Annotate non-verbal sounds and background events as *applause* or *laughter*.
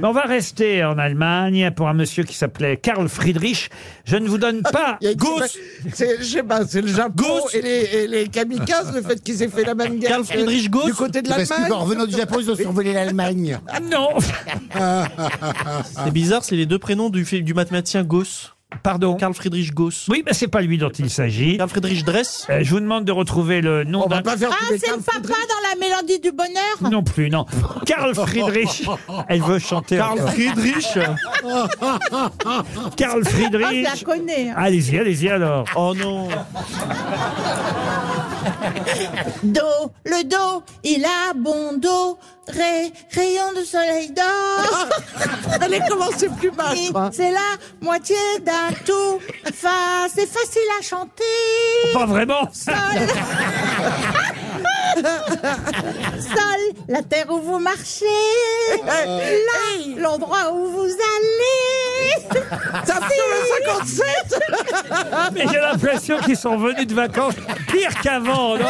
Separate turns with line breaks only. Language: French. Mais on va rester en Allemagne pour un monsieur qui s'appelait Karl Friedrich. Je ne vous donne pas
Ah, Il y a-
Gauss.
C'est, je sais pas, c'est le Japon
Gauss.
et les, et les kamikazes, le fait qu'ils aient fait la même guerre. *laughs*
Karl
que-
Friedrich Gauss.
Du côté de
ben,
Parce que,
l'Allemagne.
en revenant du Japon, ils ont survolé l'Allemagne.
Ah, Non,
C'est bizarre, c'est les deux prénoms du, fi- du mathématicien Gauss.
pardon.
Karl Friedrich Gauss.
Oui, mais c'est pas lui dont il s'agit.
Karl Friedrich Dress.
Euh, Je vous demande de retrouver le nom
Ah. On
d'un
va pas faire
Ah,
tous les
c'est
Karl
le papa
Friedrich.
dans la mélodie du bonheur
Non plus, non. Karl
*laughs*
Friedrich. Elle veut chanter.
Karl
encore.
Friedrich.
*laughs* Karl
Ah, je la
Friedrich.
connais. hein.
Allez-y, allez-y alors.
Oh non.
Do, le do, il a bon do, ré, rayon de
*laughs*
soleil d'or.
Allez, commencez plus bas, je
Mi,
crois.
C'est la moitié d'un tout. Fa, c'est facile à chanter.
Pas vraiment.
*laughs*
Sol, la terre où vous marchez.
Euh.
Là, l'endroit où vous allez.
Ça fait le 57
Mais j'ai l'impression qu'ils sont venus de vacances pire qu'avant, non